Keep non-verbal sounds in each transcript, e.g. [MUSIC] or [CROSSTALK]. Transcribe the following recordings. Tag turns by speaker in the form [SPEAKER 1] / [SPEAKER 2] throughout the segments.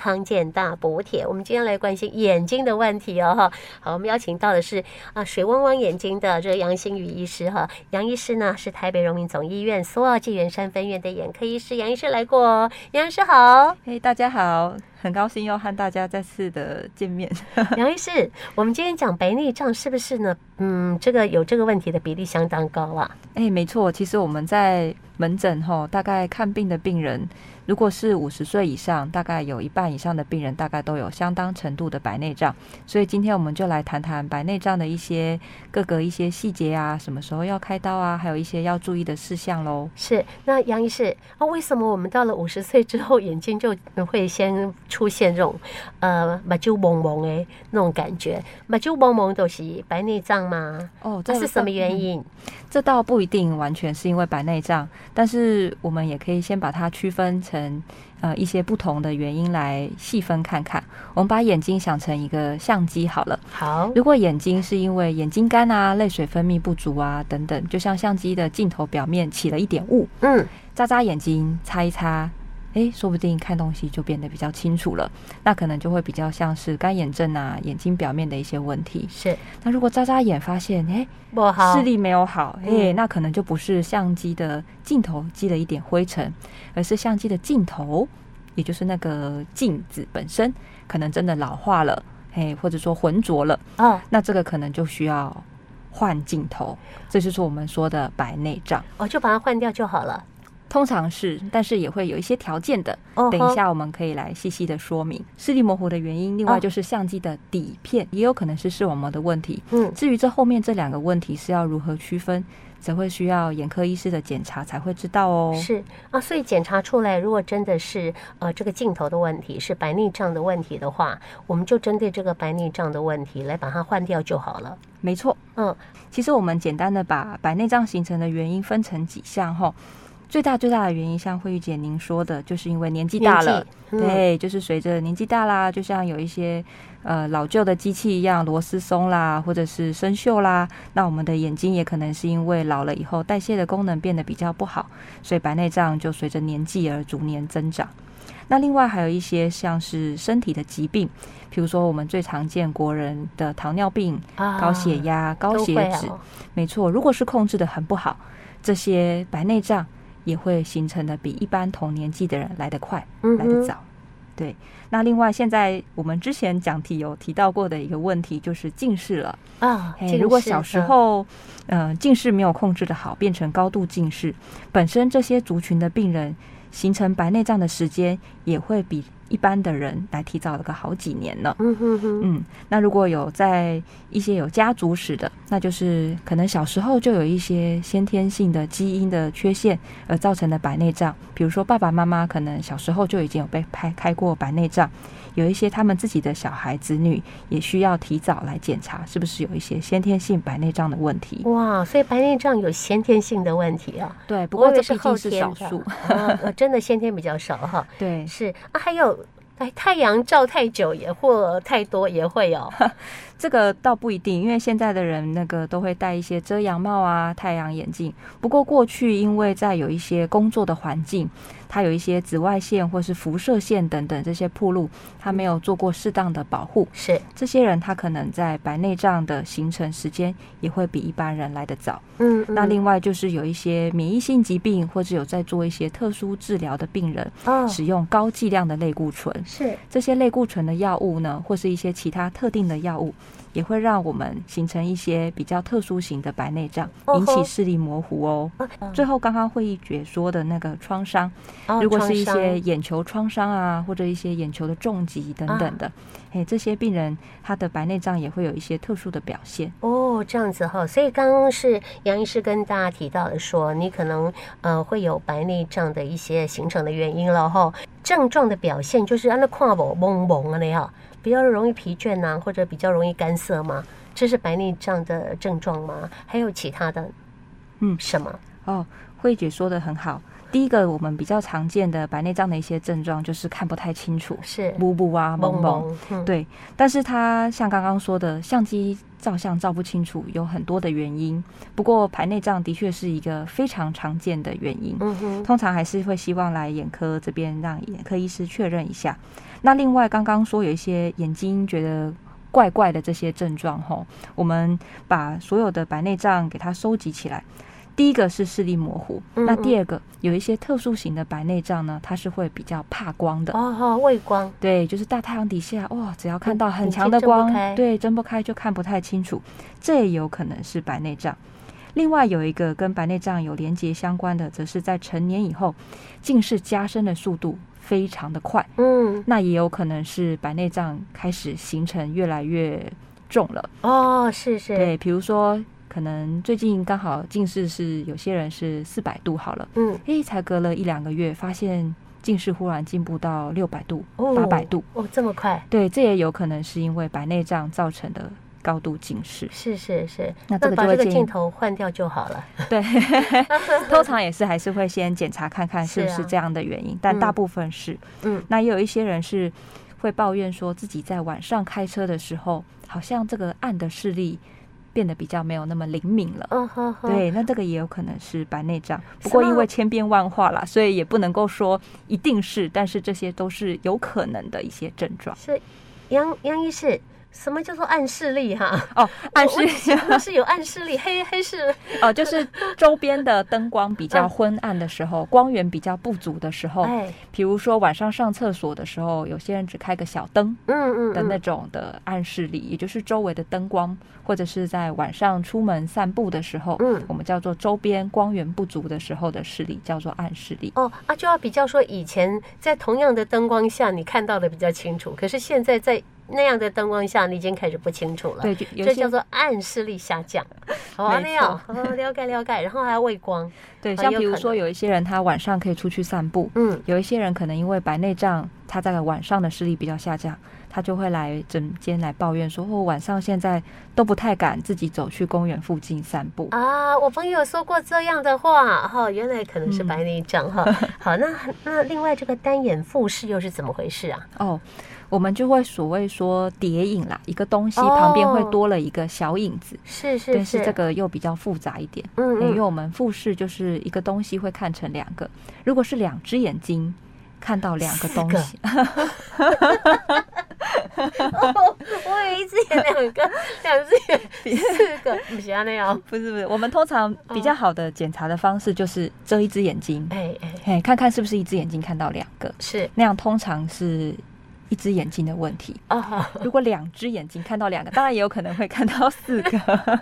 [SPEAKER 1] 康健大补帖。我们今天来关心眼睛的问题哦，哈。好，我们邀请到的是啊水汪汪眼睛的这个杨新宇医师哈。杨医师呢是台北荣民总医院苏澳纪元山分院的眼科医师，杨医师来过哦。杨医师好，
[SPEAKER 2] 嘿、大家好，很高兴又和大家再次的见面。
[SPEAKER 1] 杨医师，我们今天讲白内障是不是呢？嗯，这个有这个问题的比例相当高啊。
[SPEAKER 2] [LAUGHS] 哎、没错，其实我们在门诊吼，大概看病的病人，如果是五十岁以上，大概有一半以上的病人大概都有相当程度的白内障。所以今天我们就来谈谈白内障的一些各个一些细节啊，什么时候要开刀啊，还有一些要注意的事项喽。
[SPEAKER 1] 是，那杨医师啊，为什么我们到了五十岁之后，眼睛就会先出现这种呃目睭蒙蒙的那种感觉？目睭蒙蒙都是白内障吗？
[SPEAKER 2] 哦，
[SPEAKER 1] 这啊是什么原
[SPEAKER 2] 因？
[SPEAKER 1] 因？
[SPEAKER 2] 这倒不一定完全是因为白内障，但是我们也可以先把它区分成呃一些不同的原因来细分看看。我们把眼睛想成一个相机好了，
[SPEAKER 1] 好，
[SPEAKER 2] 如果眼睛是因为眼睛干啊、泪水分泌不足啊等等，就像相机的镜头表面起了一点雾，
[SPEAKER 1] 嗯，
[SPEAKER 2] 眨眨眼睛，擦一擦。诶，说不定看东西就变得比较清楚了，那可能就会比较像是干眼症啊、眼睛表面的一些问题。
[SPEAKER 1] 是
[SPEAKER 2] 那如果眨眨眼发现，诶，
[SPEAKER 1] 不好，
[SPEAKER 2] 视力没有好，哎、
[SPEAKER 1] 嗯
[SPEAKER 2] 那可能就不是相机的镜头积了一点灰尘，而是相机的镜头，也就是那个镜子本身，可能真的老化了，哎、或者说浑浊了，
[SPEAKER 1] 哦
[SPEAKER 2] 那这个可能就需要换镜头，这就是我们说的白内障。
[SPEAKER 1] 哦，就把它换掉就好了。
[SPEAKER 2] 通常是，但是也会有一些条件的。
[SPEAKER 1] 哦，
[SPEAKER 2] 等一，下，我们可以来细细的说明视力模糊的原因。另外
[SPEAKER 1] 哦
[SPEAKER 2] 就是相机的底片，也有可能是视网膜的问题。
[SPEAKER 1] 嗯，
[SPEAKER 2] 至于这后面这两个问题是要如何区分，则会需要眼科医师的检查才会知道哦。
[SPEAKER 1] 是啊，所以检查出来，如果真的是呃这个镜头的问题，是白内障的问题的话，我们就针对这个白内障的问题来把它换掉就好了。
[SPEAKER 2] 没错，
[SPEAKER 1] 嗯，
[SPEAKER 2] 其实我们简单的把白内障形成的原因分成几项吼。最大最大的原因，像慧玉姐您说的，就是因为年纪大了，
[SPEAKER 1] 年纪嗯
[SPEAKER 2] 对，就是随着年纪大啦，就像有一些呃老旧的机器一样，螺丝松啦，或者是生锈啦，那我们的眼睛也可能是因为老了以后代谢的功能变得比较不好，所以白内障就随着年纪而逐年增长。那另外还有一些像是身体的疾病，比如说我们最常见国人的糖尿病、
[SPEAKER 1] 啊
[SPEAKER 2] 高血压、高
[SPEAKER 1] 都
[SPEAKER 2] 血
[SPEAKER 1] 会
[SPEAKER 2] 脂，
[SPEAKER 1] 哦
[SPEAKER 2] 没错，如果是控制的很不好，这些白内障也会形成的比一般同年纪的人来得快、
[SPEAKER 1] 嗯
[SPEAKER 2] 来得
[SPEAKER 1] 哼
[SPEAKER 2] 早。对，那另外现在我们之前讲题有提到过的一个问题就是近视了。
[SPEAKER 1] 啊
[SPEAKER 2] 嘿，
[SPEAKER 1] 近
[SPEAKER 2] 如果
[SPEAKER 1] 视
[SPEAKER 2] 小时
[SPEAKER 1] 嗯
[SPEAKER 2] 候，呃，近视没有控制的好，变成高度近视，本身这些族群的病人形成白内障的时间也会比一般的人来提早了个好几年呢。
[SPEAKER 1] 嗯哼哼，
[SPEAKER 2] 嗯，那如果有在一些有家族史的，那就是可能小时候就有一些先天性的基因的缺陷而造成的白内障，比如说爸爸妈妈可能小时候就已经有被拍开过白内障，有一些他们自己的小孩子女也需要提早来检查是不是有一些先天性白内障的问题。
[SPEAKER 1] 哇，所以白内障有先天性的问题啊。
[SPEAKER 2] 对，不
[SPEAKER 1] 我
[SPEAKER 2] 过
[SPEAKER 1] 以
[SPEAKER 2] 这
[SPEAKER 1] 为是
[SPEAKER 2] 毕竟
[SPEAKER 1] 后
[SPEAKER 2] 是
[SPEAKER 1] 天
[SPEAKER 2] 少
[SPEAKER 1] 的
[SPEAKER 2] 数。
[SPEAKER 1] 啊，呃真的先天比较少哈。
[SPEAKER 2] 对，
[SPEAKER 1] 是啊，还有哎，太阳照太久也或太多也会
[SPEAKER 2] [LAUGHS]
[SPEAKER 1] 哦。
[SPEAKER 2] 这个倒不一定，因为现在的人那个都会戴一些遮阳帽啊、太阳眼镜。不过过去因为在有一些工作的环境，它有一些紫外线或是辐射线等等这些铺路，它没有做过适当的保护，
[SPEAKER 1] 是，
[SPEAKER 2] 这些人他可能在白内障的形成时间也会比一般人来得早。
[SPEAKER 1] 嗯，
[SPEAKER 2] 那
[SPEAKER 1] 嗯
[SPEAKER 2] 另外就是有一些免疫性疾病或者有在做一些特殊治疗的病人，
[SPEAKER 1] 哦
[SPEAKER 2] 使用高剂量的类固醇。
[SPEAKER 1] 是
[SPEAKER 2] 这些类固醇的药物呢，或是一些其他特定的药物，也会让我们形成一些比较特殊型的白内障，
[SPEAKER 1] 哦吼嗯
[SPEAKER 2] 引起视力模糊哦。最后，刚刚会议姐说的那个创伤，
[SPEAKER 1] 哦
[SPEAKER 2] 如果是
[SPEAKER 1] 创
[SPEAKER 2] 一
[SPEAKER 1] 伤
[SPEAKER 2] 些眼球创伤啊，或者一些眼球的重击等等
[SPEAKER 1] 啊
[SPEAKER 2] 的，哎，这些病人他的白内障也会有一些特殊的表现。
[SPEAKER 1] 哦，这样子哈，所以刚刚是杨医师跟大家提到的说，你可能呃会有白内障的一些形成的原因了哈。症状的表现就是啊，那跨某蒙蒙啊那样，比较容易疲倦呐、或者比较容易干涩吗？这是白内障的症状吗？还有其他的
[SPEAKER 2] 嗯
[SPEAKER 1] 什么？
[SPEAKER 2] 哦，慧姐说的很好。第一个，我们比较常见的白内障的一些症状就是看不太清楚，
[SPEAKER 1] 是
[SPEAKER 2] 模糊啊、
[SPEAKER 1] 嗯蒙
[SPEAKER 2] 蒙蒙。
[SPEAKER 1] 蒙，嗯
[SPEAKER 2] 对，但是它像刚刚说的，相机照相照不清楚，有很多的原因。不过白内障的确是一个非常常见的原因。
[SPEAKER 1] 嗯哼，
[SPEAKER 2] 通常还是会希望来眼科这边让眼科医师确认一下。那另外，刚刚说有一些眼睛觉得怪怪的这些症状，吼，我们把所有的白内障给它收集起来。第一个是视力模糊，
[SPEAKER 1] 嗯
[SPEAKER 2] 那第二个有一些特殊型的白内障呢，它是会比较怕光的。
[SPEAKER 1] 哦吼，畏光，
[SPEAKER 2] 对，就是大太阳底下，哇，只要看到很
[SPEAKER 1] 眼
[SPEAKER 2] 强
[SPEAKER 1] 睛
[SPEAKER 2] 的
[SPEAKER 1] 睁不
[SPEAKER 2] 光
[SPEAKER 1] 开，
[SPEAKER 2] 对，睁不开就看不太清楚，这也有可能是白内障。另外有一个跟白内障有连结相关的，则是在成年以后，近视加深的速度非常的快，
[SPEAKER 1] 嗯，
[SPEAKER 2] 那也有可能是白内障开始形成越来越重了。
[SPEAKER 1] 哦，是是，
[SPEAKER 2] 对，比如说可能最近刚好近视是有些人是四百度好了，
[SPEAKER 1] 嗯，
[SPEAKER 2] 诶，才隔了一两个月，发现近视忽然进步到六百度、
[SPEAKER 1] 哦
[SPEAKER 2] 八百度。
[SPEAKER 1] 哦，这么快，。
[SPEAKER 2] 对，这也有可能是因为白内障造成的高度近视
[SPEAKER 1] 是是是，
[SPEAKER 2] 那这个
[SPEAKER 1] 把
[SPEAKER 2] 就
[SPEAKER 1] 这
[SPEAKER 2] 会
[SPEAKER 1] 个
[SPEAKER 2] 建
[SPEAKER 1] 镜
[SPEAKER 2] 议，
[SPEAKER 1] 头换掉就好了， [LAUGHS]
[SPEAKER 2] 对，通常也是还是会先检查看看是不
[SPEAKER 1] 是
[SPEAKER 2] 是
[SPEAKER 1] 啊
[SPEAKER 2] 这样的原因，但大
[SPEAKER 1] 嗯
[SPEAKER 2] 部分是。
[SPEAKER 1] 嗯，
[SPEAKER 2] 那也有一些人是会抱怨说自己在晚上开车的时候，好像这个暗的视力变得比较没有那么灵敏了。
[SPEAKER 1] 哦吼吼，
[SPEAKER 2] 对，那这个也有可能是白内障，不
[SPEAKER 1] 是
[SPEAKER 2] 过
[SPEAKER 1] 吗
[SPEAKER 2] 因为千变万化啦，所以也不能够说一定是，但是这些都是有可能的一些症状
[SPEAKER 1] 是杨杨医师，什么叫做暗视力哈、
[SPEAKER 2] 哦。暗
[SPEAKER 1] 我
[SPEAKER 2] 示
[SPEAKER 1] 我 [LAUGHS] 只不过是有暗
[SPEAKER 2] [LAUGHS]
[SPEAKER 1] 视力，黑黑视
[SPEAKER 2] 哦，就是周边的灯光比较昏暗的时候，光源比较不足的时候，
[SPEAKER 1] 嗯哎，
[SPEAKER 2] 比如说晚上上厕所的时候，有些人只开个小灯
[SPEAKER 1] 嗯嗯
[SPEAKER 2] 的那
[SPEAKER 1] 嗯，
[SPEAKER 2] 种的暗示力，也就是周围的灯光，或者是在晚上出门散步的时候，
[SPEAKER 1] 嗯
[SPEAKER 2] 我们叫做周边光源不足的时候的视力叫做暗视力。
[SPEAKER 1] 哦啊，就要比较说以前在同样的灯光下你看到的比较清楚，可是现在在那样的灯光下你已经开始不清楚了。
[SPEAKER 2] 对，就有
[SPEAKER 1] 这
[SPEAKER 2] 些
[SPEAKER 1] 叫做暗视力下降，好啊，
[SPEAKER 2] 没
[SPEAKER 1] 那样哦，了解了解，然后还畏光，
[SPEAKER 2] 对，
[SPEAKER 1] 很
[SPEAKER 2] 像
[SPEAKER 1] 有
[SPEAKER 2] 比如
[SPEAKER 1] 可
[SPEAKER 2] 说
[SPEAKER 1] 能
[SPEAKER 2] 有一些人他晚上可以出去散步，
[SPEAKER 1] 嗯，
[SPEAKER 2] 有一些人可能因为白内障，他在晚上的视力比较下降，他就会来诊间来抱怨说，哦，晚上现在都不太敢自己走去公园附近散步。
[SPEAKER 1] 啊，我朋友说过这样的话，哈、原来可能是
[SPEAKER 2] 嗯
[SPEAKER 1] 白内障哈。好，那那另外这个单眼复视又是怎么回事啊？
[SPEAKER 2] 哦，我们就会所谓说叠影啦，一个东西
[SPEAKER 1] 哦
[SPEAKER 2] 旁边会多了一个小影子，
[SPEAKER 1] 是是
[SPEAKER 2] 但是这，个又比较复杂一点，
[SPEAKER 1] 嗯
[SPEAKER 2] 因
[SPEAKER 1] 嗯，
[SPEAKER 2] 为我们复视就是一个东西会看成两个，如果是两只眼睛。看到两个
[SPEAKER 1] 四
[SPEAKER 2] 东
[SPEAKER 1] 个
[SPEAKER 2] 西，
[SPEAKER 1] 哦， [LAUGHS] 我有一只眼两个，两只眼四个，不行啊那样，
[SPEAKER 2] [LAUGHS] 不是不是，我们通常比
[SPEAKER 1] 嗯
[SPEAKER 2] 较好的检查的方式就是遮一只眼睛，
[SPEAKER 1] 哎哎，
[SPEAKER 2] 嘿，看看是不是一只眼睛看到两个，
[SPEAKER 1] 是
[SPEAKER 2] 那样通常是一只眼睛的问
[SPEAKER 1] [LAUGHS]
[SPEAKER 2] 题。
[SPEAKER 1] 哦，
[SPEAKER 2] 如果两只眼睛看到两个，当然也有可能会看到
[SPEAKER 1] [LAUGHS]
[SPEAKER 2] 四个。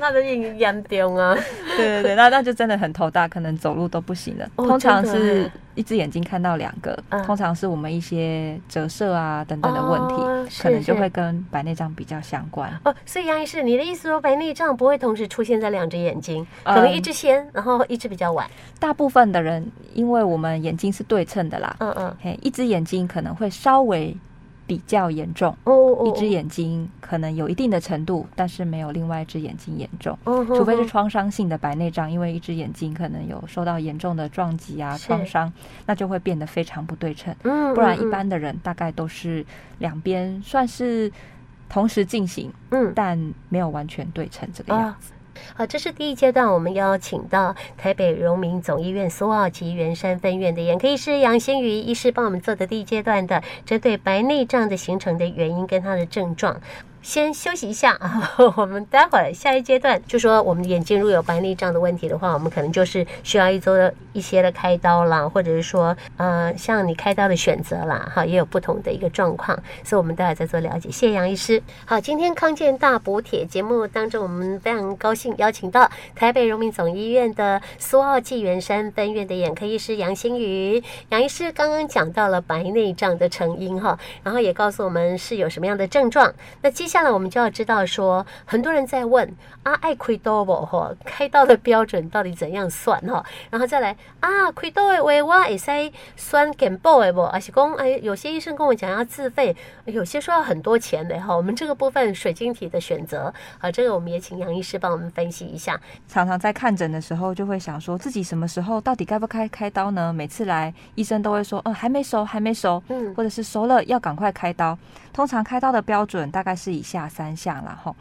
[SPEAKER 1] 那都很严重啊。
[SPEAKER 2] 对对对，那那就真的很头大，可能走路都不行了。
[SPEAKER 1] 哦
[SPEAKER 2] 通常
[SPEAKER 1] 真的
[SPEAKER 2] 是
[SPEAKER 1] 耶
[SPEAKER 2] 一只眼睛看到两个，
[SPEAKER 1] 嗯
[SPEAKER 2] 通常是我们一些折射啊等等的问题，
[SPEAKER 1] 哦是
[SPEAKER 2] 可能就是会跟白内障比较相关。
[SPEAKER 1] 哦，所以杨医师，你的意思说白内障不会同时出现在两只眼睛，可
[SPEAKER 2] 嗯
[SPEAKER 1] 能一只先，然后一只比较晚。
[SPEAKER 2] 大部分的人，因为我们眼睛是对称的啦，
[SPEAKER 1] 嗯嗯，
[SPEAKER 2] 嘿，一只眼睛可能会稍微比较严重。
[SPEAKER 1] 哦哦，
[SPEAKER 2] 一只眼睛可能有一定的程度，但是没有另外一只眼睛严重。
[SPEAKER 1] 哦，
[SPEAKER 2] 除非是
[SPEAKER 1] 哦
[SPEAKER 2] 创伤性的白内障，因为一只眼睛可能有受到严重的撞击啊、
[SPEAKER 1] 是
[SPEAKER 2] 创伤，那就会变得非常不对称。
[SPEAKER 1] 嗯，
[SPEAKER 2] 不然，
[SPEAKER 1] 嗯
[SPEAKER 2] 一般的人大概都是两边算是同时进行，
[SPEAKER 1] 嗯。
[SPEAKER 2] 但没有完全对称这个样
[SPEAKER 1] 啊，好，这是第一阶段，我们邀请到台北荣民总医院苏澳及圆山分院的眼科医师杨新宇医师帮我们做的第一阶段的针对白内障的形成的原因跟它的症状。先休息一下 [LAUGHS] 啊，我们待会儿下一阶段就说我们眼睛如果有白内障的问题的话，我们可能就是需要一周的一些的开刀啦，或者是说呃像你开刀的选择啦，哈，也有不同的一个状况，所以我们待会儿再做了解。谢谢杨医师。好，今天康健大补铁节目当中，我们非常高兴邀请到台北荣民总医院的苏澳纪元山分院的眼科医师杨新宇。杨医师刚刚讲到了白内障的成因哈，然后也告诉我们是有什么样的症状。那接下来我们就要知道说，很多人在问啊，爱亏多不哈？开刀的标准到底怎样算哈？然后再来啊，开刀的话我也塞算减报的不？而且公哎，有些医生跟我讲要自费，哎有些说要很多钱的哈。我们这个部分水晶体的选择，啊，这个我们也请杨医师帮我们分析一下。
[SPEAKER 2] 常常在看诊的时候就会想说，自己什么时候到底该不该开刀呢？每次来医生都会说，嗯，还没熟，还没熟，
[SPEAKER 1] 嗯
[SPEAKER 2] 或者是熟了要赶快开刀。通常开刀的标准大概是以下三项啦，吼。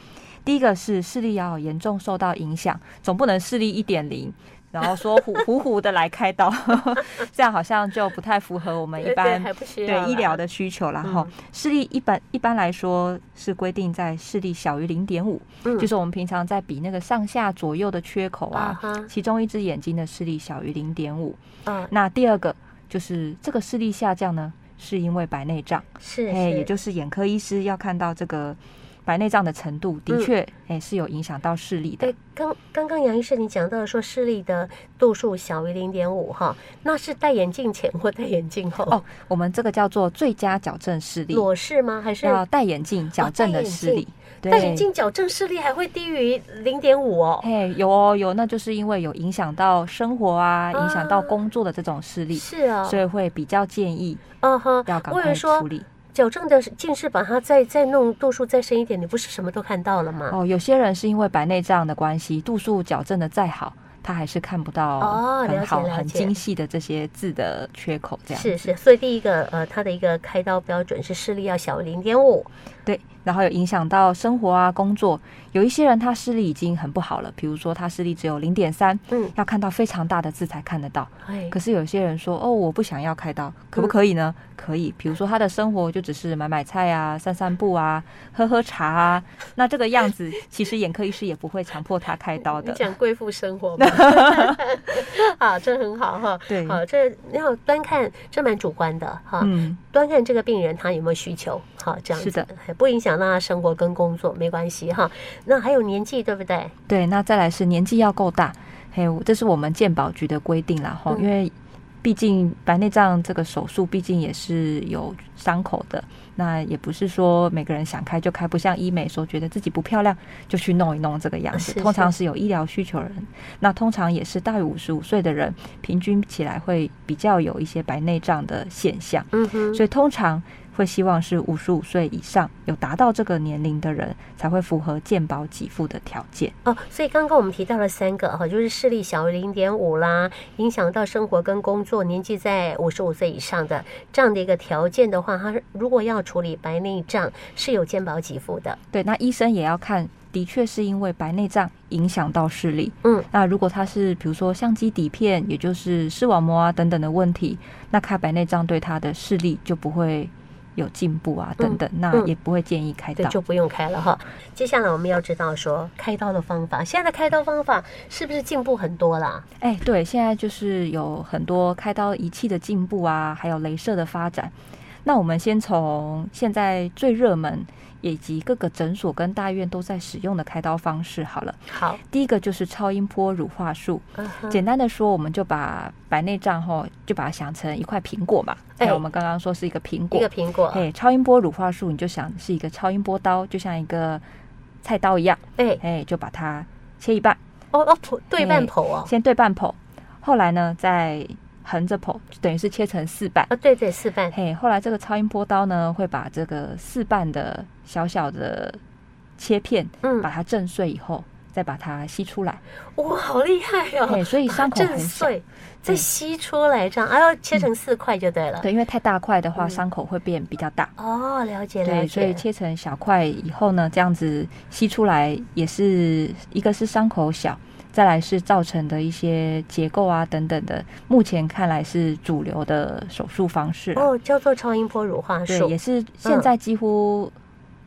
[SPEAKER 2] 第一个是视力要有严重受到影响，总不能视力一点零，然后说
[SPEAKER 1] [LAUGHS]
[SPEAKER 2] 虎虎虎的来开刀， [LAUGHS] 这样好像就不太符合我们一
[SPEAKER 1] 对
[SPEAKER 2] 般
[SPEAKER 1] 还不需要
[SPEAKER 2] 对医疗
[SPEAKER 1] 的，
[SPEAKER 2] 的需求啦。
[SPEAKER 1] 嗯
[SPEAKER 2] 吼。视力一般一般来说是规定在视力小于零点五，
[SPEAKER 1] 嗯
[SPEAKER 2] 就是我们平常在比那个上下左右的缺口啊，
[SPEAKER 1] 啊哈
[SPEAKER 2] 其中一只眼睛的视力小于零点五。
[SPEAKER 1] 啊，
[SPEAKER 2] 那第二个就是这个视力下降呢，是因为白内障，
[SPEAKER 1] 是，
[SPEAKER 2] 哎，也
[SPEAKER 1] 是
[SPEAKER 2] 就是眼科医师要看到这个白内障的程度，的
[SPEAKER 1] 嗯
[SPEAKER 2] 确，哎、是有影响到视力的
[SPEAKER 1] 对。，刚刚刚杨医生你讲到说视力的度数小于零点五哈，那是戴眼镜前或戴眼镜后？
[SPEAKER 2] 哦，我们这个叫做最佳矫正视力，
[SPEAKER 1] 裸视吗？还是
[SPEAKER 2] 要戴眼镜矫正的视力。对
[SPEAKER 1] 戴眼镜矫正视力还会低于零点五哦？
[SPEAKER 2] 嘿，有哦，有，那就是因为有影响到生活啊，影响到工作的这种视力，
[SPEAKER 1] 是啊，
[SPEAKER 2] 所以会比较建议
[SPEAKER 1] 嗯哼
[SPEAKER 2] 要，赶
[SPEAKER 1] 我以为
[SPEAKER 2] 快
[SPEAKER 1] 说
[SPEAKER 2] 处理。
[SPEAKER 1] 矫正的近视把它再再弄度数再深一点，你不是什么都看到了吗？
[SPEAKER 2] 哦，有些人是因为白内障的关系，度数矫正的再好，他还是看不到
[SPEAKER 1] 哦了
[SPEAKER 2] 很
[SPEAKER 1] 解
[SPEAKER 2] 好、
[SPEAKER 1] 了
[SPEAKER 2] 很
[SPEAKER 1] 解
[SPEAKER 2] 精细的这些字的缺口，这样
[SPEAKER 1] 是是，所以第一个呃，它的一个开刀标准是视力要小于零点五，
[SPEAKER 2] 对，然后有影响到生活啊、工作。有一些人他视力已经很不好了，比如说他视力只有零点三，
[SPEAKER 1] 嗯，
[SPEAKER 2] 要看到非常大的字才看得到。
[SPEAKER 1] 哎，
[SPEAKER 2] 可是有些人说，哦，我不想要开刀，
[SPEAKER 1] 嗯
[SPEAKER 2] 可不可以呢？可以。比如说他的生活就只是买买菜啊、散散步啊、喝喝茶啊，那这个样子，其实眼科医师也不会强迫他开刀
[SPEAKER 1] 你 [LAUGHS]
[SPEAKER 2] 的。
[SPEAKER 1] 讲贵妇生活吗？
[SPEAKER 2] [LAUGHS]
[SPEAKER 1] 啊，这很好哈。
[SPEAKER 2] 对
[SPEAKER 1] 好，这要端看，这蛮主观的哈。
[SPEAKER 2] 嗯，
[SPEAKER 1] 端看这个病人他有没有需求，好，这样子
[SPEAKER 2] 是的，
[SPEAKER 1] 哎不影响到他生活跟工作，没关系哈。那还有年纪，对不对？
[SPEAKER 2] 对，那再来是年纪要够大，还有这是我们健保局的规定啦，吼、
[SPEAKER 1] 嗯
[SPEAKER 2] 因为毕竟白内障这个手术毕竟也是有伤口的，那也不是说每个人想开就开，不像医美说觉得自己不漂亮就去弄一弄这个样子，
[SPEAKER 1] 是
[SPEAKER 2] 通常
[SPEAKER 1] 是
[SPEAKER 2] 是有医疗需求人，那通常也是大于五十五岁的人，平均起来会比较有一些白内障的现象。
[SPEAKER 1] 嗯哼，
[SPEAKER 2] 所以通常会希望是五十五岁以上有达到这个年龄的人才会符合健保给付的条件。
[SPEAKER 1] 哦，所以刚刚我们提到了三个哈，就是视力小于零点五啦，影响到生活跟工作，年纪在五十五岁以上的这样的一个条件的话，他如果要处理白内障，是有健保给付的。
[SPEAKER 2] 对，那医生也要看，的确是因为白内障影响到视力。
[SPEAKER 1] 嗯，
[SPEAKER 2] 那如果他是比如说相机底片，也就是视网膜啊等等的问题，那开白内障对他的视力就不会有进步啊等等，那也不会建议开
[SPEAKER 1] 嗯对，
[SPEAKER 2] 刀。
[SPEAKER 1] 就不用开了哈。接下来我们要知道说开刀的方法，现在的开刀方法是不是进步很多啦？
[SPEAKER 2] 哎、对，现在就是有很多开刀仪器的进步啊，还有镭射的发展。那我们先从现在最热门以及各个诊所跟大院都在使用的开刀方式好了。
[SPEAKER 1] 好，
[SPEAKER 2] 第一个就是超音波乳化术，
[SPEAKER 1] 嗯哼
[SPEAKER 2] 简单的说，我们就把白内障吼，就把它想成一块苹果嘛。
[SPEAKER 1] 哎
[SPEAKER 2] 哎，我们刚刚说是一个苹
[SPEAKER 1] 一
[SPEAKER 2] 果
[SPEAKER 1] 个，苹果，
[SPEAKER 2] 哎，超音波乳化术，你就想是一个超音波刀，就像一个菜刀一样，
[SPEAKER 1] 哎，
[SPEAKER 2] 哎，就把它切一半，
[SPEAKER 1] 哦哦，剖对半
[SPEAKER 2] 哎
[SPEAKER 1] 剖哦，
[SPEAKER 2] 先对半剖，后来呢再横着剖，就等于是切成四瓣。
[SPEAKER 1] 啊对对，四瓣，
[SPEAKER 2] 嘿，后来这个超音波刀呢，会把这个四瓣的小小的切片，
[SPEAKER 1] 嗯
[SPEAKER 2] 把，它震碎以后，再把它吸出来。
[SPEAKER 1] 哇，好厉害
[SPEAKER 2] 嘿，
[SPEAKER 1] 哦，
[SPEAKER 2] 所以
[SPEAKER 1] 把它
[SPEAKER 2] 伤口
[SPEAKER 1] 震
[SPEAKER 2] 很小。
[SPEAKER 1] 碎，再吸出来这样，哎呦，切成四块就对了。
[SPEAKER 2] 对，因为太大块的话，
[SPEAKER 1] 嗯
[SPEAKER 2] 伤口会变比较大。
[SPEAKER 1] 哦，了解了
[SPEAKER 2] 对，所以
[SPEAKER 1] 解，
[SPEAKER 2] 切成小块以后呢，这样子吸出来也是一个是伤口小，再来是造成的一些结构啊等等的，目前看来是主流的手术方式啊、
[SPEAKER 1] 哦，嗯叫做超音波乳化
[SPEAKER 2] 对，
[SPEAKER 1] 术
[SPEAKER 2] 也，是现在几乎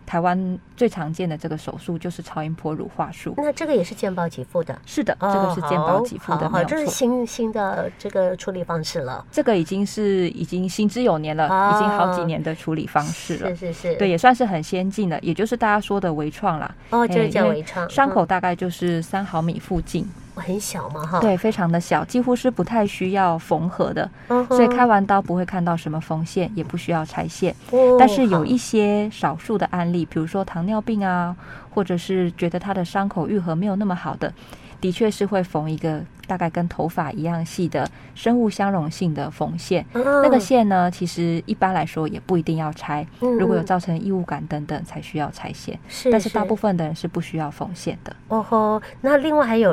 [SPEAKER 2] 台湾最常见的这个手术就是超音波乳化术。
[SPEAKER 1] 那这个也是健保给付的。
[SPEAKER 2] 是的，这
[SPEAKER 1] 哦
[SPEAKER 2] 个是健保
[SPEAKER 1] 好
[SPEAKER 2] 给付的，
[SPEAKER 1] 好
[SPEAKER 2] 没
[SPEAKER 1] 好
[SPEAKER 2] 有
[SPEAKER 1] 这是
[SPEAKER 2] 错。
[SPEAKER 1] 新新的这个处理方式了，
[SPEAKER 2] 这个已经是已经行之有年了，
[SPEAKER 1] 哦
[SPEAKER 2] 已经好几年的处理方式了
[SPEAKER 1] 是。是是，
[SPEAKER 2] 对，，也算是很先进了，也就是大家说的微创啦。
[SPEAKER 1] 哦，就是
[SPEAKER 2] 哎
[SPEAKER 1] 叫
[SPEAKER 2] 因为
[SPEAKER 1] 微创，
[SPEAKER 2] 伤
[SPEAKER 1] 嗯哦
[SPEAKER 2] 口大概就是三毫米附近，
[SPEAKER 1] 很小嘛哈，
[SPEAKER 2] 对，非常的小，几乎是不太需要缝合的，
[SPEAKER 1] 嗯哼，
[SPEAKER 2] 所以开完刀不会看到什么缝线，也不需要拆线。
[SPEAKER 1] 哦，
[SPEAKER 2] 但是有
[SPEAKER 1] 好
[SPEAKER 2] 一些少数的案例，比如说糖尿病啊，或者是觉得他的伤口愈合没有那么好的，的确是会缝一个大概跟头发一样细的生物相容性的缝线。
[SPEAKER 1] 哦
[SPEAKER 2] 那个线呢，其实一般来说也不一定要拆，
[SPEAKER 1] 嗯
[SPEAKER 2] 如果有
[SPEAKER 1] 嗯
[SPEAKER 2] 造成异物感等等才需要拆线，
[SPEAKER 1] 是，
[SPEAKER 2] 但是大部分的人是不需要缝线的。
[SPEAKER 1] 哦吼，那另外还有，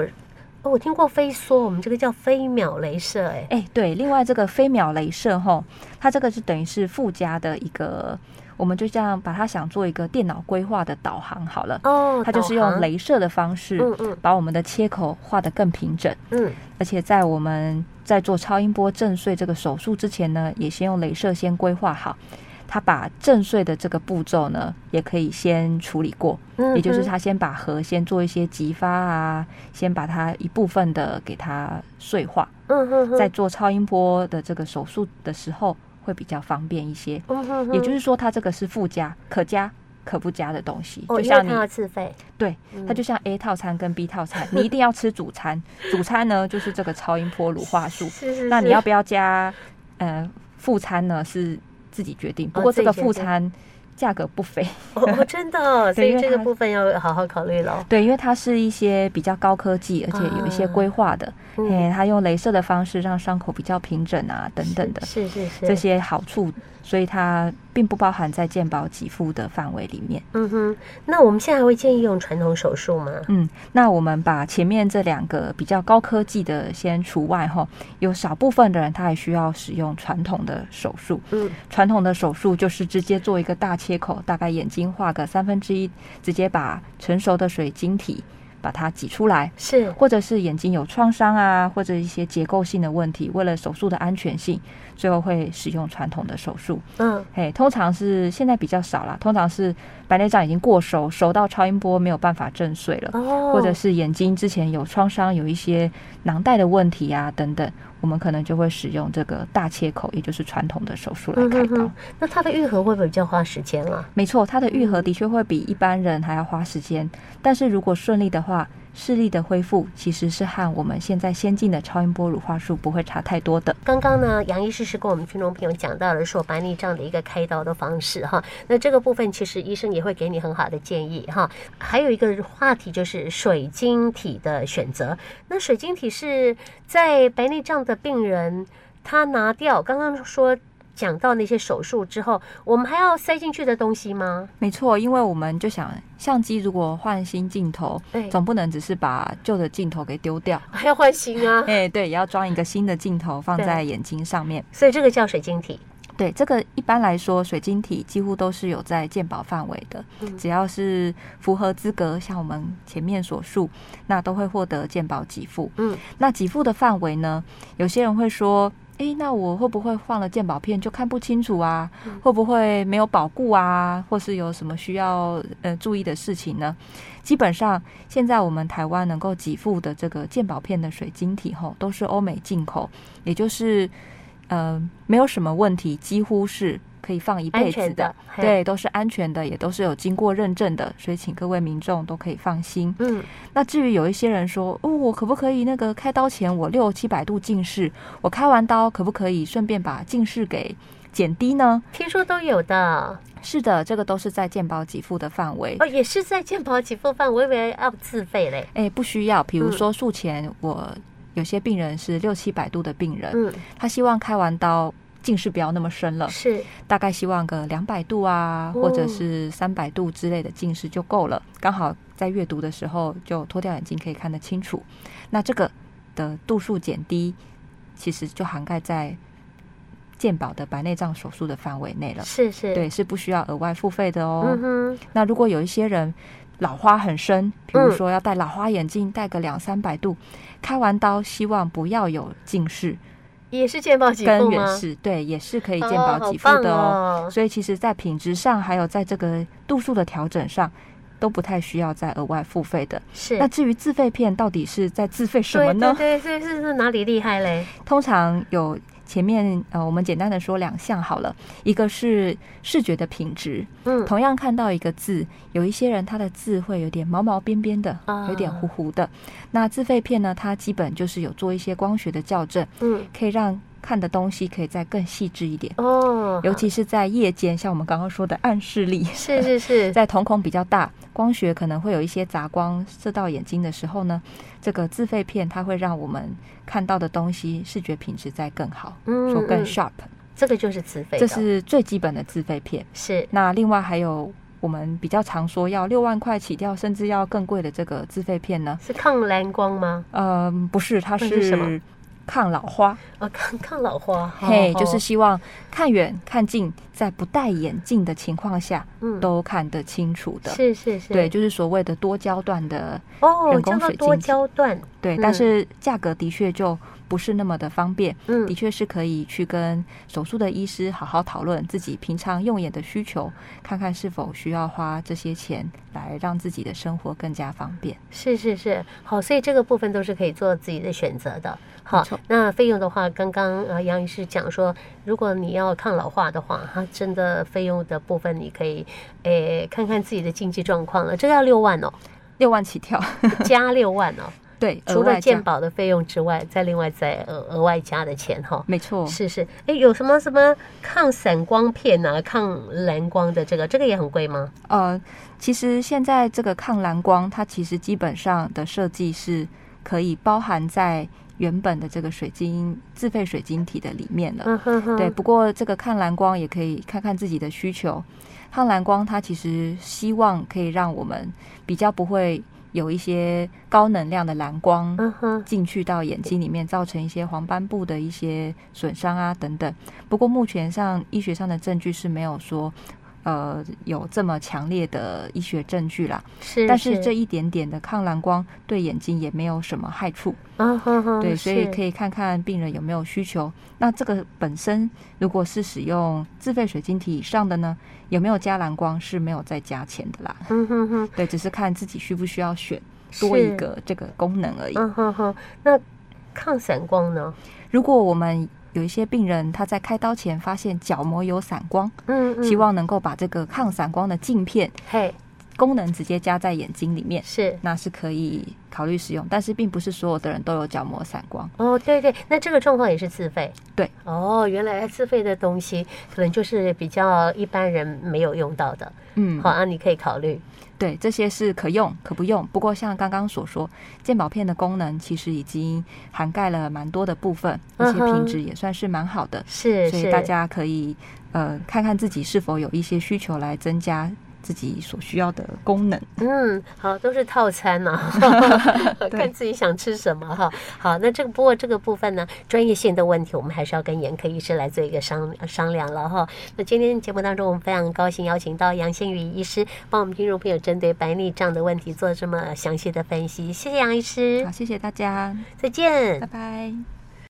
[SPEAKER 1] 哦，我听过飞梭，我们这个叫飞秒镭射、哎，
[SPEAKER 2] 哎，对，另外这个飞秒镭射吼，它这个是等于是附加的一个，我们就这样把它想做一个电脑规划的导航好了。
[SPEAKER 1] 哦，
[SPEAKER 2] 它就是
[SPEAKER 1] 导
[SPEAKER 2] 用
[SPEAKER 1] 航，
[SPEAKER 2] 镭射的方式，
[SPEAKER 1] 嗯嗯
[SPEAKER 2] 把我们的切口画得更平整，
[SPEAKER 1] 嗯，
[SPEAKER 2] 而且在我们在做超音波震碎这个手术之前呢，也先用镭射先规划好。它把震碎的这个步骤呢，也可以先处理过，
[SPEAKER 1] 嗯
[SPEAKER 2] 也就是
[SPEAKER 1] 哼
[SPEAKER 2] 它先把核先做一些激发啊，先把它一部分的给它碎化，
[SPEAKER 1] 嗯哼哼，
[SPEAKER 2] 在做超音波的这个手术的时候会比较方便一些。
[SPEAKER 1] 嗯哼哼，
[SPEAKER 2] 也就是说，它这个是附加、可加、可不加的东西，
[SPEAKER 1] 哦，
[SPEAKER 2] 就
[SPEAKER 1] 因为
[SPEAKER 2] 像
[SPEAKER 1] 它嗯
[SPEAKER 2] 你
[SPEAKER 1] 要自费，
[SPEAKER 2] 对，它就像 A 套餐跟 B 套
[SPEAKER 1] [LAUGHS]
[SPEAKER 2] 餐，你一定要吃主餐。主餐呢就是这个超音波乳化素，
[SPEAKER 1] 是是
[SPEAKER 2] 那你
[SPEAKER 1] 是
[SPEAKER 2] 要不要加呃副餐呢？是自己决定。不
[SPEAKER 1] 哦
[SPEAKER 2] 过这
[SPEAKER 1] 自己
[SPEAKER 2] 个
[SPEAKER 1] 决
[SPEAKER 2] 副
[SPEAKER 1] 定
[SPEAKER 2] 餐价格不菲， [LAUGHS]
[SPEAKER 1] 哦，真的，所
[SPEAKER 2] 对因
[SPEAKER 1] 以
[SPEAKER 2] 为
[SPEAKER 1] 这个
[SPEAKER 2] 它
[SPEAKER 1] 部分要好好考虑了。
[SPEAKER 2] 对，因为它是一些比较高科技，而且有一些规划的，
[SPEAKER 1] 啊嗯
[SPEAKER 2] 哎、它用镭射的方式让伤口比较平整啊，等等的。
[SPEAKER 1] 是是是，
[SPEAKER 2] 这些好处，所以它并不包含在健保给付的范围里面。
[SPEAKER 1] 嗯哼，那我们现在还会建议用传统手术吗？
[SPEAKER 2] 嗯，那我们把前面这两个比较高科技的先除外哈，有少部分的人他还需要使用传统的手术。
[SPEAKER 1] 嗯，
[SPEAKER 2] 传统的手术就是直接做一个大切口，大概眼睛画个三分之一，直接把成熟的水晶体把它挤出来，
[SPEAKER 1] 是，
[SPEAKER 2] 或者是眼睛有创伤啊，或者一些结构性的问题，为了手术的安全性，最后会使用传统的手术。
[SPEAKER 1] 嗯，
[SPEAKER 2] 嘿，通常是现在比较少啦，通常是白内障已经过熟，熟到超音波没有办法震碎了。
[SPEAKER 1] 哦，
[SPEAKER 2] 或者是眼睛之前有创伤，有一些囊袋的问题啊等等，我们可能就会使用这个大切口，也就是传统的手术来
[SPEAKER 1] 嗯
[SPEAKER 2] 开
[SPEAKER 1] 哼
[SPEAKER 2] 刀。
[SPEAKER 1] 哼，那它的愈合会不会比较花时间啊？
[SPEAKER 2] 没错，它的愈合的确会比一般人还要花时间，但是如果顺利的话，视力的恢复其实是和我们现在先进的超音波乳化术不会差太多的。
[SPEAKER 1] 刚刚呢，杨医师是跟我们听众朋友讲到了说白内障的一个开刀的方式哈，那这个部分其实医生也会给你很好的建议哈。还有一个话题就是水晶体的选择，那水晶体是在白内障的病人他拿掉，刚刚说讲到那些手术之后，我们还要塞进去的东西吗？
[SPEAKER 2] 没错，因为我们就想，相机如果换新镜头，
[SPEAKER 1] 对，
[SPEAKER 2] 总不能只是把旧的镜头给丢掉，
[SPEAKER 1] 还要换新啊，
[SPEAKER 2] 哎、对，也要装一个新的镜头放在眼睛上面。
[SPEAKER 1] [LAUGHS] 所以这个叫水晶体。
[SPEAKER 2] 对，这个一般来说，水晶体几乎都是有在健保范围的，
[SPEAKER 1] 嗯
[SPEAKER 2] 只要是符合资格，像我们前面所述，那都会获得健保给付。
[SPEAKER 1] 嗯，
[SPEAKER 2] 那给付的范围呢，有些人会说。诶，那我会不会换了健保片就看不清楚啊？
[SPEAKER 1] 嗯
[SPEAKER 2] 会不会没有保固啊？或是有什么需要呃注意的事情呢？基本上，现在我们台湾能够给付的这个健保片的水晶体吼，都是欧美进口，也就是呃没有什么问题，几乎是可以放一辈
[SPEAKER 1] 安
[SPEAKER 2] 子
[SPEAKER 1] 全的，嘿，
[SPEAKER 2] 对，都是安全的，也都是有经过认证的，所以请各位民众都可以放心。
[SPEAKER 1] 嗯，
[SPEAKER 2] 那至于有一些人说，哦，我可不可以那个开刀前我六七百度近视，我开完刀可不可以顺便把近视给减低呢？
[SPEAKER 1] 听说都有的
[SPEAKER 2] 是的，这个都是在健保给付的范围。
[SPEAKER 1] 哦，也是在健保给付范，我以为要自费嘞。
[SPEAKER 2] 哎，不需要。比如
[SPEAKER 1] 嗯
[SPEAKER 2] 说术前我有些病人是六七百度的病人，
[SPEAKER 1] 嗯，
[SPEAKER 2] 他希望开完刀近视不要那么深了，
[SPEAKER 1] 是，
[SPEAKER 2] 大概希望个两百度啊，
[SPEAKER 1] 哦
[SPEAKER 2] 或者是三百度之类的近视就够了。刚好在阅读的时候就脱掉眼镜可以看得清楚。那这个的度数减低，其实就涵盖在健保的白内障手术的范围内了。
[SPEAKER 1] 是是，，
[SPEAKER 2] 哦对，是不需要额外付费的哦。
[SPEAKER 1] 嗯哼，
[SPEAKER 2] 那如果有一些人老花很深，比
[SPEAKER 1] 嗯
[SPEAKER 2] 如说要戴老花眼镜，戴个两三百度，开完刀希望不要有近视
[SPEAKER 1] 也是健保给
[SPEAKER 2] 跟
[SPEAKER 1] 付
[SPEAKER 2] 远
[SPEAKER 1] 吗？
[SPEAKER 2] 视，对，也是可以健
[SPEAKER 1] 哦
[SPEAKER 2] 保
[SPEAKER 1] 好
[SPEAKER 2] 给付的哦。
[SPEAKER 1] 棒哦
[SPEAKER 2] 所以其实，在品质上还有在这个度数的调整上。都不太需要再额外付费的。
[SPEAKER 1] 是，
[SPEAKER 2] 那至于自费片到底是在自费什
[SPEAKER 1] 对
[SPEAKER 2] 么呢？
[SPEAKER 1] 对对，是是是哪里厉害嘞？
[SPEAKER 2] 通常有前面呃，我们简单的说两项好了，一个是视觉的品质，
[SPEAKER 1] 嗯
[SPEAKER 2] 同样看到一个字，有一些人他的字会有点毛毛边边的
[SPEAKER 1] 啊，
[SPEAKER 2] 有点糊糊的。那自费片呢，它基本就是有做一些光学的校正，
[SPEAKER 1] 嗯
[SPEAKER 2] 可以让看的东西可以再更细致一点，
[SPEAKER 1] 哦，
[SPEAKER 2] 尤其是在夜间，像我们刚刚说的暗视力，
[SPEAKER 1] 是是是，
[SPEAKER 2] 在瞳孔比较大，光学可能会有一些杂光射到眼睛的时候呢，这个自费片它会让我们看到的东西视觉品质再更好，
[SPEAKER 1] 嗯
[SPEAKER 2] 说更
[SPEAKER 1] 嗯
[SPEAKER 2] sharp，
[SPEAKER 1] 这个就是自费的，
[SPEAKER 2] 这是最基本的自费片。
[SPEAKER 1] 是
[SPEAKER 2] 那另外还有我们比较常说要六万块起掉，甚至要更贵的这个自费片呢，
[SPEAKER 1] 是抗蓝光吗？
[SPEAKER 2] 呃，不是，它
[SPEAKER 1] 那是什么
[SPEAKER 2] 是抗老花，
[SPEAKER 1] 哦，抗抗老花，
[SPEAKER 2] 嘿，
[SPEAKER 1] 哦
[SPEAKER 2] 就是希望看远看近，在不戴眼镜的情况下
[SPEAKER 1] 嗯
[SPEAKER 2] 都看得清楚的。
[SPEAKER 1] 是是是，
[SPEAKER 2] 对，就是所谓的多焦段的，
[SPEAKER 1] 哦，
[SPEAKER 2] 人
[SPEAKER 1] 叫
[SPEAKER 2] 工
[SPEAKER 1] 做
[SPEAKER 2] 水
[SPEAKER 1] 多
[SPEAKER 2] 晶体
[SPEAKER 1] 焦段，
[SPEAKER 2] 对，
[SPEAKER 1] 嗯
[SPEAKER 2] 但是价格的确就不是那么的方便，
[SPEAKER 1] 嗯
[SPEAKER 2] 的确是可以去跟手术的医师好好讨论自己平常用眼的需求，看看是否需要花这些钱来让自己的生活更加方便。
[SPEAKER 1] 是是是，好，所以这个部分都是可以做自己的选择的。好
[SPEAKER 2] 没错，
[SPEAKER 1] 那费用的话，刚刚呃杨医师讲说，如果你要抗老化的话，哈，真的费用的部分你可以诶、看看自己的经济状况了，这个要六万哦，
[SPEAKER 2] 六万起跳，
[SPEAKER 1] 加六万哦，
[SPEAKER 2] [LAUGHS]
[SPEAKER 1] [LAUGHS]
[SPEAKER 2] 对，
[SPEAKER 1] 除
[SPEAKER 2] 额
[SPEAKER 1] 了
[SPEAKER 2] 外
[SPEAKER 1] 健
[SPEAKER 2] 加，
[SPEAKER 1] 保的费用之外，再另外再额额外加的钱哈、
[SPEAKER 2] 没错，
[SPEAKER 1] 是是，诶，有什么什么抗散光片啊、抗蓝光的这个，这个也很贵吗？
[SPEAKER 2] 呃，其实现在这个抗蓝光，它其实基本上的设计是可以包含在原本的这个水晶自费水晶体的里面了。
[SPEAKER 1] 嗯哼哼，
[SPEAKER 2] 对，，不过这个看蓝光也可以看看自己的需求。看蓝光它其实希望可以让我们比较不会有一些高能量的蓝光
[SPEAKER 1] 嗯哼，
[SPEAKER 2] 进去到眼睛里面，造成一些黄斑部的一些损伤啊等等。不过目前上医学上的证据是没有说。呃，有这么强烈的医学证据啦，
[SPEAKER 1] 是，
[SPEAKER 2] 但是这，一点点的抗蓝光对眼睛也没有什么害处。
[SPEAKER 1] 嗯哼哼，
[SPEAKER 2] 对，所以
[SPEAKER 1] 是
[SPEAKER 2] 可以看看病人有没有需求。那这个本身如果是使用自费水晶体以上的呢，有没有加蓝光是没有再加钱的啦。
[SPEAKER 1] 嗯哼哼。
[SPEAKER 2] 对，只是看自己需不需要选
[SPEAKER 1] 是
[SPEAKER 2] 多一个这个功能而已。
[SPEAKER 1] 嗯哼哼，那抗散光呢？
[SPEAKER 2] 如果我们有一些病人他在开刀前发现角膜有散光，
[SPEAKER 1] 嗯嗯，
[SPEAKER 2] 希望能够把这个抗散光的镜片
[SPEAKER 1] 嘿
[SPEAKER 2] 功能直接加在眼睛里面，
[SPEAKER 1] 是
[SPEAKER 2] 那是可以考虑使用。但是并不是所有的人都有角膜散光。
[SPEAKER 1] 哦，对对，那这个状况也是自费。
[SPEAKER 2] 对
[SPEAKER 1] 哦，原来自费的东西可能就是比较一般人没有用到的，
[SPEAKER 2] 嗯，
[SPEAKER 1] 好啊，你可以考虑。
[SPEAKER 2] 对，这些是可用可不用。不过像刚刚所说，鉴宝片的功能其实已经涵盖了蛮多的部分，而且
[SPEAKER 1] 嗯哼
[SPEAKER 2] 品质也算是蛮好的，
[SPEAKER 1] 是
[SPEAKER 2] 所以
[SPEAKER 1] 是，
[SPEAKER 2] 大家可以呃看看自己是否有一些需求来增加自己所需要的功能。
[SPEAKER 1] 嗯，好，都是套餐呢、 [LAUGHS]
[SPEAKER 2] 对
[SPEAKER 1] 看自己想吃什么哈。好，那这个不过这个部分呢，专业性的问题，我们还是要跟眼科医师来做一个商商量了哈。那今天节目当中，我们非常高兴邀请到杨新宇医师，帮我们听众朋友针对白内障的问题做这么详细的分析，谢谢杨医师
[SPEAKER 2] 好，，谢谢大家，
[SPEAKER 1] 再见
[SPEAKER 2] 拜。拜。